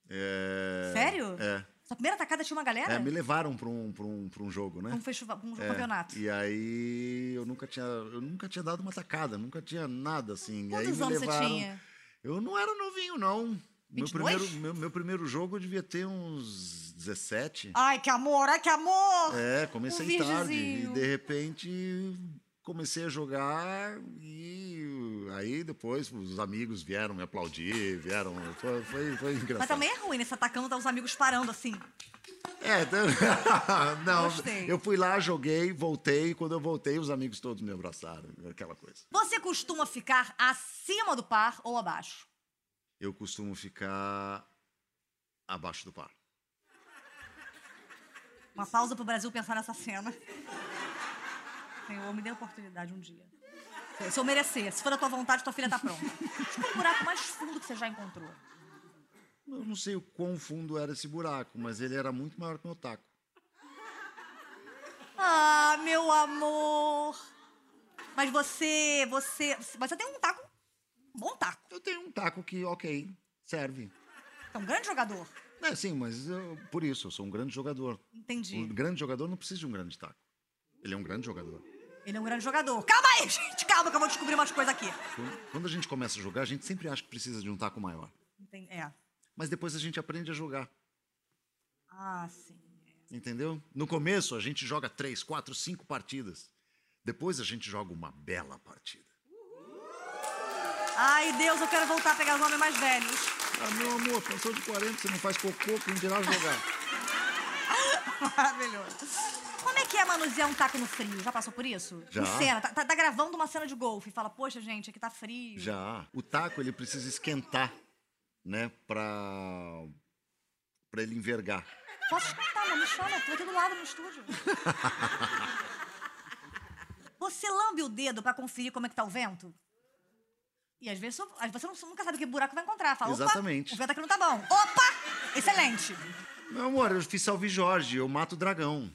S3: É...
S2: Sério?
S3: É.
S2: Sua primeira tacada tinha uma galera?
S3: É, me levaram para um, pra um, pra um jogo, né?
S2: Um festival, um
S3: É,
S2: campeonato.
S3: E aí eu nunca tinha, eu nunca tinha dado uma tacada, nunca tinha nada assim. E aí
S2: Quantos
S3: me
S2: anos você
S3: levaram.
S2: tinha?
S3: Eu não era novinho não. Meu
S2: 22?
S3: primeiro, meu, meu primeiro jogo eu devia ter uns 17.
S2: Ai, que amor, ai, que amor!
S3: é, comecei
S2: um
S3: tarde e
S2: virgenzinho.
S3: de repente comecei a jogar e aí depois os amigos vieram me aplaudir, vieram, foi, foi, foi engraçado.
S2: Mas também é ruim, né? Você atacando, tá os amigos parando assim.
S3: É, tá- não,
S2: Gostei.
S3: eu fui lá, joguei, voltei. Quando eu voltei, os amigos todos me abraçaram, aquela coisa.
S2: Você costuma ficar acima do par ou abaixo?
S3: Eu costumo ficar abaixo do par.
S2: Uma pausa pro Brasil pensar nessa cena. Senhor, me dê a oportunidade um dia. Se eu merecer, se for da tua vontade, tua filha tá pronta. Escolha o buraco mais fundo que você já encontrou.
S3: Eu não sei o quão fundo era esse buraco, mas ele era muito maior que o meu taco.
S2: Ah, meu amor! Mas você, você. Mas você tem um taco. Um bom taco.
S3: Eu tenho um taco que, ok, serve.
S2: Você é um grande jogador.
S3: É, sim, mas eu- por isso, eu sou um grande jogador.
S2: Entendi.
S3: Um grande jogador não precisa de um grande taco. Ele é um grande jogador.
S2: Ele é um grande jogador. Calma aí, gente, calma que eu vou descobrir umas coisas aqui.
S3: Quando- Quando a gente começa a jogar, a gente sempre acha que precisa de um taco maior.
S2: Entendi. É.
S3: Mas depois a gente aprende a jogar.
S2: Ah, sim.
S3: Entendeu? No começo a gente joga três, quatro, cinco partidas. Depois a gente joga uma bela partida.
S2: Ai, Deus, eu quero voltar a pegar os homens mais velhos.
S3: Ah, meu amor, passou de 40, você não faz cocô, quem dirá jogar?
S2: Maravilhoso. Como é que é manusear um taco no frio? Já passou por isso?
S3: Já.
S2: Em cena, tá, tá- tá gravando uma cena de golfe e fala, poxa, gente, aqui tá frio.
S3: Já. O taco, ele precisa esquentar, né? Pra, pra ele envergar.
S2: Posso escutar, não me chama, tô aqui do lado no estúdio. Você lambe o dedo pra conferir como é que tá o vento? E às vezes só- às vezes você não- nunca sabe que buraco vai encontrar. Fala, opa,
S3: Exatamente.
S2: o vento aqui não tá bom. Opa, excelente.
S3: Meu amor, eu fiz Salve Jorge, eu mato o dragão.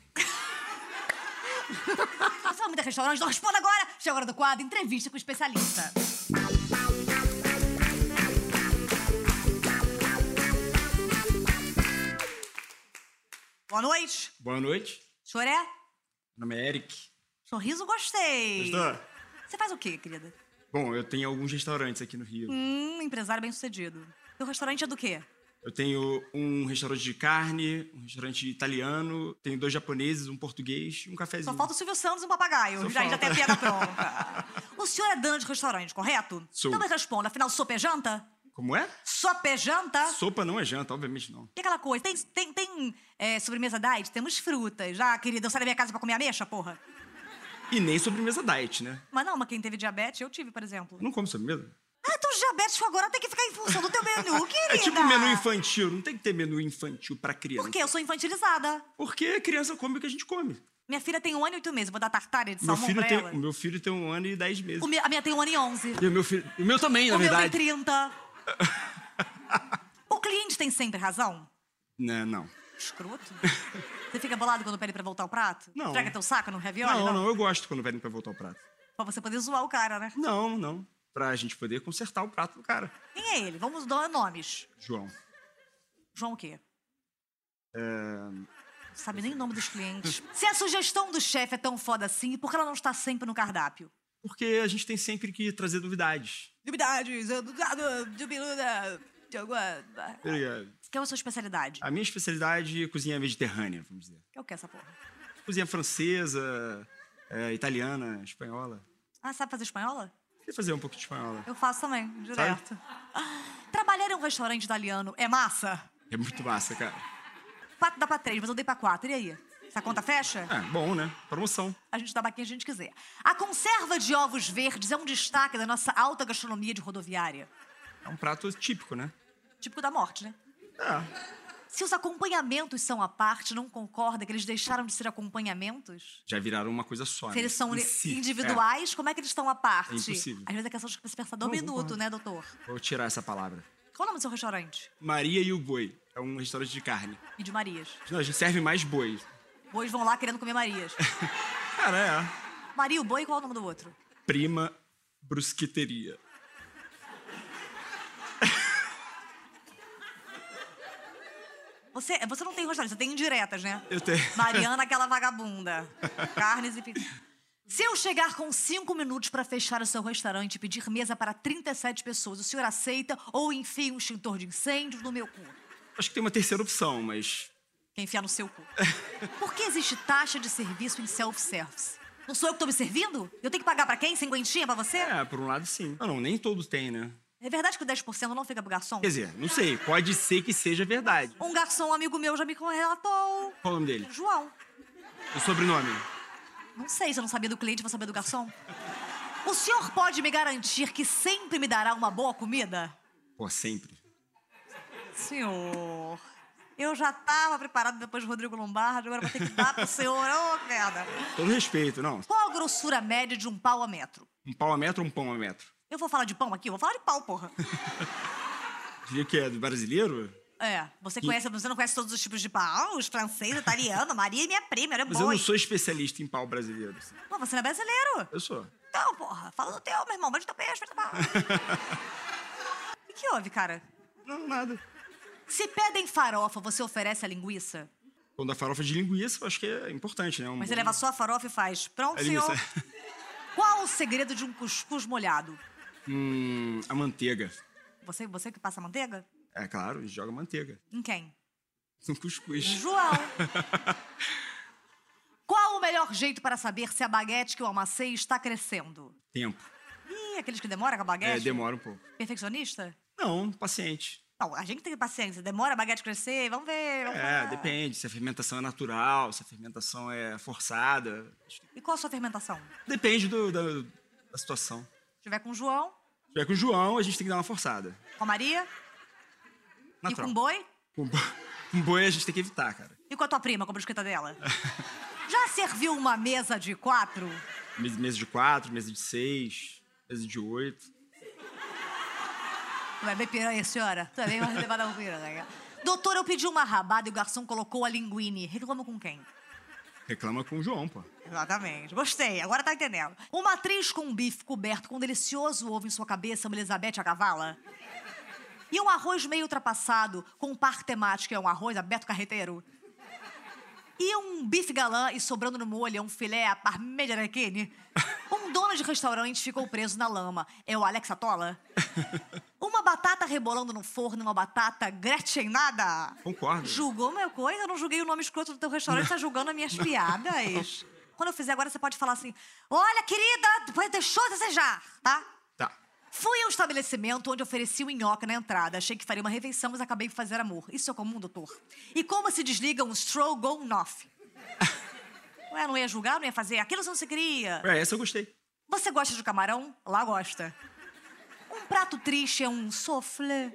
S2: Você vai muito restaurante, não responda agora. Chega a hora do quadro, entrevista com o especialista. Boa noite.
S7: Boa noite.
S2: Choré,
S7: Meu nome é Eric.
S2: sorriso gostei.
S7: Gostou?
S2: Você faz o quê, querida?
S7: Bom, eu tenho alguns restaurantes aqui no Rio.
S2: Hum, empresário bem sucedido. Teu restaurante é do quê?
S7: Eu tenho um restaurante de carne, um restaurante italiano, tenho dois japoneses, um português, um cafezinho.
S2: Só falta o Silvio Santos e um papagaio.
S7: Só
S2: Já, já
S7: falta.
S2: tem a piada pronta. o senhor é dono de restaurante, correto?
S7: Sou.
S2: Então me responda, afinal, sopa é janta?
S7: Como é?
S2: Sopa é janta?
S7: Sopa não é janta, obviamente não.
S2: Tem aquela coisa, tem, tem, tem é, sobremesa diet? Temos frutas. Ah, querida, eu saí da minha casa pra comer ameixa, porra.
S7: E nem sobremesa diet, né?
S2: Mas não, mas quem teve diabetes, eu tive, por exemplo.
S7: Eu não como sobremesa.
S2: Ah, tu diabético agora tem que ficar em função do teu menu, querida.
S7: É tipo menu infantil, não tem que ter menu infantil pra criança.
S2: Por quê? Eu sou infantilizada.
S7: Porque criança come o que a gente come.
S2: Minha filha tem um ano e oito meses. Vou dar tartária de
S7: Meu
S2: salmão
S7: filho,
S2: pra
S7: tem,
S2: ela.
S7: o meu filho tem um ano e dez meses.
S2: O meu- a minha tem um ano e onze.
S7: E o meu filho. O meu também, na
S2: o meu tem
S7: verdade.
S2: 30. o cliente tem sempre razão?
S7: Não, não.
S2: Escroto. Você fica bolado quando pede pra voltar o prato?
S7: Não.
S2: Traga teu saco no ravioli?
S7: Não, não, eu gosto quando pedem pra voltar ao prato.
S2: Pra você poder zoar o cara, né?
S7: Não, não. Pra gente poder consertar o prato do cara.
S2: Quem é ele? Vamos dar nomes.
S7: João.
S2: João o quê? Não Sabe nem o nome dos clientes. Se a sugestão do chefe é tão foda assim, por que ela não está sempre no cardápio?
S7: Porque a gente tem sempre que trazer novidades.
S2: Dubidades, dubiluda, de alguma...
S7: Obrigado.
S2: Que é a sua especialidade?
S7: tá A minha especialidade é cozinha mediterrânea, vamos dizer.
S2: Que é o que essa porra?
S7: Cozinha francesa, é, italiana, espanhola.
S2: Ah, sabe fazer espanhola?
S7: Queria fazer um pouco de espanhola.
S2: Eu faço também, direto. Ah, Trabalhar em um restaurante italiano é massa?
S7: É muito massa, cara.
S2: Quatro dá pra três, mas eu dei pra quatro. E aí? Essa conta fecha?
S7: É, bom, né? Promoção.
S2: A gente dá pra quem a gente quiser. A conserva de ovos verdes é um destaque da nossa alta gastronomia de rodoviária.
S7: É um prato típico, né?
S2: Típico da morte, né?
S7: É.
S2: Se os acompanhamentos são à parte, não concorda que eles deixaram de ser acompanhamentos?
S7: Já viraram uma coisa só.
S2: Se
S7: né?
S2: eles são
S7: Em si,
S2: individuais, como é que eles estão à parte?
S7: É impossível.
S2: Às vezes é questão de você pensar do
S7: Não,
S2: minuto,
S7: concordo.
S2: né, doutor?
S7: é. Vou tirar essa palavra.
S2: Qual é o nome do seu restaurante?
S7: Maria e o Boi. É um restaurante de carne.
S2: E de Marias.
S7: Não, a gente serve mais boi.
S2: Bois vão lá querendo comer Marias.
S7: Cara, é.
S2: Maria o boi, qual é o nome do outro?
S7: Prima brusqueteria.
S2: Você, você não tem restaurante, você tem indiretas, né?
S7: Eu tenho.
S2: Mariana, aquela vagabunda. Carnes e pizza. Se eu chegar com cinco minutos pra fechar o seu restaurante e pedir mesa para 37 pessoas, o senhor aceita ou enfia um extintor de incêndio no meu cu?
S7: Acho que tem uma terceira opção, mas.
S2: Quer enfiar no seu cu. Por que existe taxa de serviço em self-service? Não sou eu que tô me servindo? Eu tenho que pagar pra quem? Cinquentinha pra você?
S7: É, por um lado sim. Ah, não, nem todos têm, né?
S2: É verdade que o 10% não fica pro garçom?
S7: Quer dizer, não sei, pode ser que seja verdade.
S2: Um garçom amigo meu já me relatou.
S7: Qual o nome dele?
S2: João.
S7: O sobrenome?
S2: Não sei se eu não sabia do cliente, vou saber do garçom. O senhor pode me garantir que sempre me dará uma boa comida?
S7: Pô, sempre.
S2: Senhor, eu já tava preparado depois do Rodrigo Lombardi, agora vou ter que dar pro senhor. Ô, merda.
S7: Todo respeito, não.
S2: Qual a grossura média de um pau a metro?
S7: Um pau a metro ou um pão a metro?
S2: Eu vou falar de pão aqui? Eu vou falar de pau, porra.
S7: Diria que é do brasileiro?
S2: É, você conhece, você não conhece todos os tipos de pau? Os francês, italiano, Maria e minha prima, era
S7: Mas eu
S2: boa.
S7: não sou especialista em pau brasileiro. assim.
S2: Pô, você não é brasileiro.
S7: Eu sou.
S2: Então, porra, fala do teu, meu irmão, mas do teu peixe, vai tomar. O que que houve, cara?
S7: Não, nada.
S2: Se pedem farofa, você oferece a linguiça?
S7: Quando a farofa de linguiça, eu acho que é importante, né? Um
S2: Mas
S7: bom-
S2: você leva só a farofa e faz. Pronto,
S7: a
S2: senhor.
S7: linguiça. é-
S2: Qual o segredo de um cuscuz molhado?
S7: Hum, a manteiga.
S2: Você, você que passa manteiga?
S7: É claro, a gente joga manteiga.
S2: Em quem?
S7: No cuscuz.
S2: João. Qual o melhor jeito para saber se a baguete que eu amacei está crescendo?
S7: Tempo.
S2: Ih, aqueles que demoram com a
S7: É,
S2: baguete?
S7: demora um pouco.
S2: Perfeccionista?
S7: Não, paciente.
S2: Não, a gente tem paciência. Demora a baguete crescer, vamos ver. Vamos
S7: É,
S2: lá.
S7: depende. Se a fermentação é natural, se a fermentação é forçada. Acho que
S2: E qual a sua fermentação? Se
S7: Depende do- da, da situação.
S2: tiver com o João,
S7: Se tiver com o João, a gente tem que dar uma forçada.
S2: com a Maria e com
S7: Natural.
S2: o boi?
S7: Com bo- com boi a gente tem que evitar, cara.
S2: E com a tua prima, com a brusqueta dela? Já serviu uma mesa de quatro?
S7: Mes- Mesa de quatro, mesa de seis, mesa de oito.
S2: Vai é bem piranha, senhora? Também vai levar da um piranha. Doutor, eu pedi uma rabada e o garçom colocou a linguine. Reclamo com quem?
S7: Reclama com o João, pô.
S2: Exatamente. Gostei, agora tá entendendo. Uma atriz com um bife coberto com um delicioso ovo em sua cabeça, uma Elizabeth a cavala. E um arroz meio ultrapassado com um parque temático, que é um arroz aberto carreteiro. E um bife galã e sobrando no molho é um filé à parmegianachini. Um dono de restaurante ficou preso na lama. É o Alex Atola? Uma batata rebolando no forno, uma batata gretinada.
S7: Concordo.
S2: Julgou meu coisa? Eu não julguei o nome escroto do teu restaurante, tá julgando as minhas piadas. Quando eu fizer agora, você pode falar assim: Olha, querida, depois deixou de desejar, tá?
S7: Tá.
S2: Fui a um estabelecimento onde ofereci um nhoque na entrada. Achei que faria uma refeição, mas acabei por fazer amor. Isso é comum, doutor? E como se desliga um stroganoff? Ué, não ia julgar, não ia fazer. Aquilo não se queria.
S7: Ué, É, essa eu gostei.
S2: Você gosta de camarão? Lá gosta. Um prato triste é um soufflé.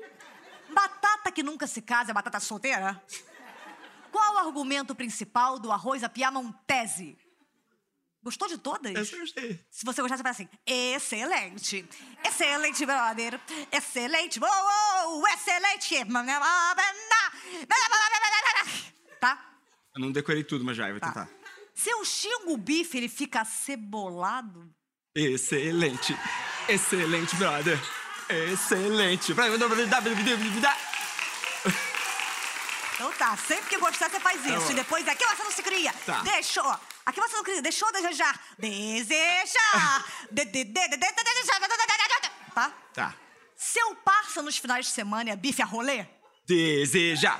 S2: Batata que nunca se casa é batata solteira? Qual o argumento principal do arroz à piamontese? Gostou de todas?
S7: Essa eu gostei.
S2: Se você gostar, você fala assim: excelente, excelente, brother, excelente, uou, uou, excelente. Tá?
S7: Eu não decorei tudo, mas já, eu vou
S2: Tá.
S7: tentar.
S2: Se eu xingo o bife, ele fica cebolado?
S7: Excelente. Excelente, brother. Excelente. Vai, vai, vai, vai, vai, vai, vai, vai.
S2: Então tá, sempre que gostar você faz isso.
S7: Tá bom.
S2: e depois é, aqui você não se cria.
S7: Tá.
S2: Deixou. Aqui você não cria. Deixou desejar. Desejar. de, de, de, de, de, de, desejar. Tá?
S7: Tá.
S2: Seu parça nos finais de semana é bife a rolê?
S7: Desejar.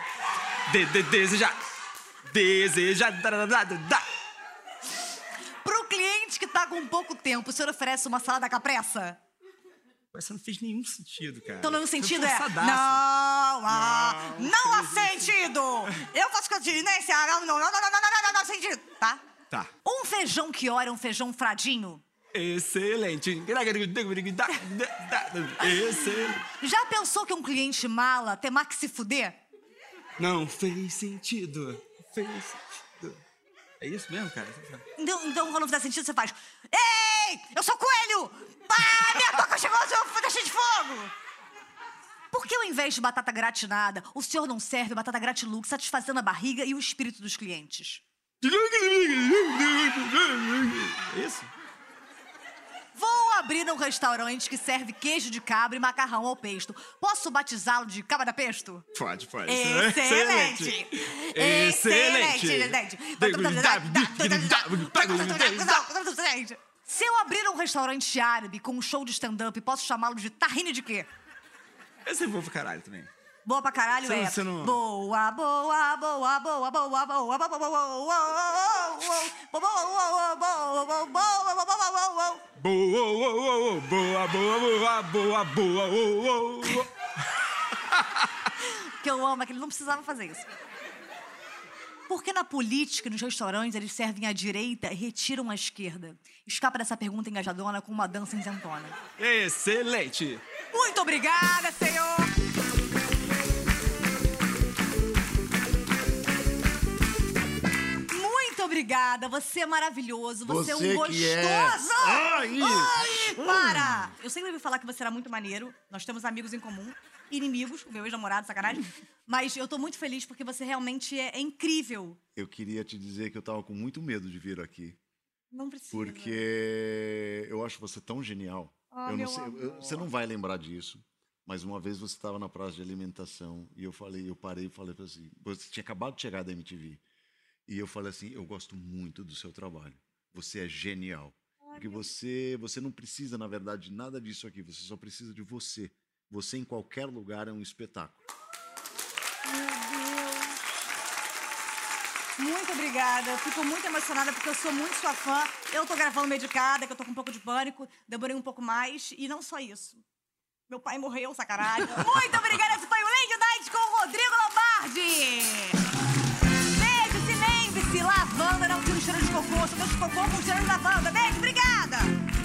S7: De, de, desejar. Desejar. Da, da, da, da, da.
S2: Pro cliente que tá com pouco tempo, o senhor oferece uma salada capressa?
S7: Ué, Essa não fez nenhum sentido, cara.
S2: Então, no
S7: Foi
S2: sentido é.
S7: forçadaço.
S2: Não há.
S7: Não,
S2: Não há
S7: fez
S2: sentido! Eu faço continência. Não, não, não, não, não, não, não, não, não, sentido. Tá?
S7: Tá.
S2: Um feijão que ora é um feijão fradinho?
S7: Excelente. Excelente.
S2: Já pensou que um cliente mala temar que se fuder?
S7: Não fez sentido. Fez sentido. É isso mesmo, cara?
S2: Então, então quando não fizer sentido, você faz. Ei! Eu sou coelho! Ah, minha boca chegou ao seu vou deixar de fogo! Por que ao invés de batata gratinada, o senhor não serve batata gratilux, satisfazendo a barriga e o espírito dos clientes?
S7: É isso?
S2: Vou abriram um restaurante que serve queijo de cabra e macarrão ao pesto. Posso batizá-lo de cabra da pesto?
S7: Pode, pode.
S2: Excelente!
S7: Excelente!
S2: Excelente! Se eu abrir um restaurante árabe com um show de stand-up, posso chamá-lo de tahine de quê?
S7: Esse é bom pra caralho também.
S2: Boa pra caralho
S7: Você não-
S2: é.
S7: você não-
S2: Boa, boa, boa, boa, boa, boa, boa, boa, boa, boa, boa, boa, boa, boa, boa, boa, boa, boa, boa, boa, boa.
S7: Boa, boa, boa, boa, boa, boa, boa, boa, boa, boa.
S2: que eu amo é que ele não precisava fazer isso. Porque na política, e nos restaurantes, eles servem à direita e retiram à esquerda. Escapa dessa pergunta engajadona com uma dança isentona.
S7: Excelente!
S2: Muito obrigada, senhor! Muito obrigada, você é maravilhoso, você, é um
S3: Você
S2: gostoso! Ah!
S3: que é. Ai!
S2: Ai, para! Eu sempre ouvi falar que você era muito maneiro, nós temos amigos em comum, inimigos, o meu ex-namorado, sacanagem, mas eu tô muito feliz porque você realmente é, é incrível.
S3: Eu queria te dizer que eu tava com muito medo de vir aqui.
S2: Não precisa.
S3: Porque eu acho você tão genial.
S2: Ah,
S3: eu não
S2: meu
S3: sei- eu-
S2: amor.
S3: você não vai lembrar disso. Mas uma vez você estava na praça de alimentação e eu falei, eu parei e falei pra assim, você tinha acabado de chegar da MTV. E eu falei assim, eu gosto muito do seu trabalho. Você é genial. Porque você, você não precisa, na verdade, de nada disso aqui. Você só precisa de você. Você em qualquer lugar é um espetáculo.
S2: Muito obrigada. Eu Fico muito emocionada porque eu sou muito sua fã. Eu tô gravando medicada, que eu tô com um pouco de pânico. Demorei um pouco mais. E não só isso. Meu pai morreu, sacanagem. muito obrigada. Esse foi o Lady Night com o Rodrigo Lombardi. um Beijo, se lembre-se. Lavanda não tira o cheiro de cocô. Só deixa o cocô com o cheiro de lavanda. Beijo, obrigada.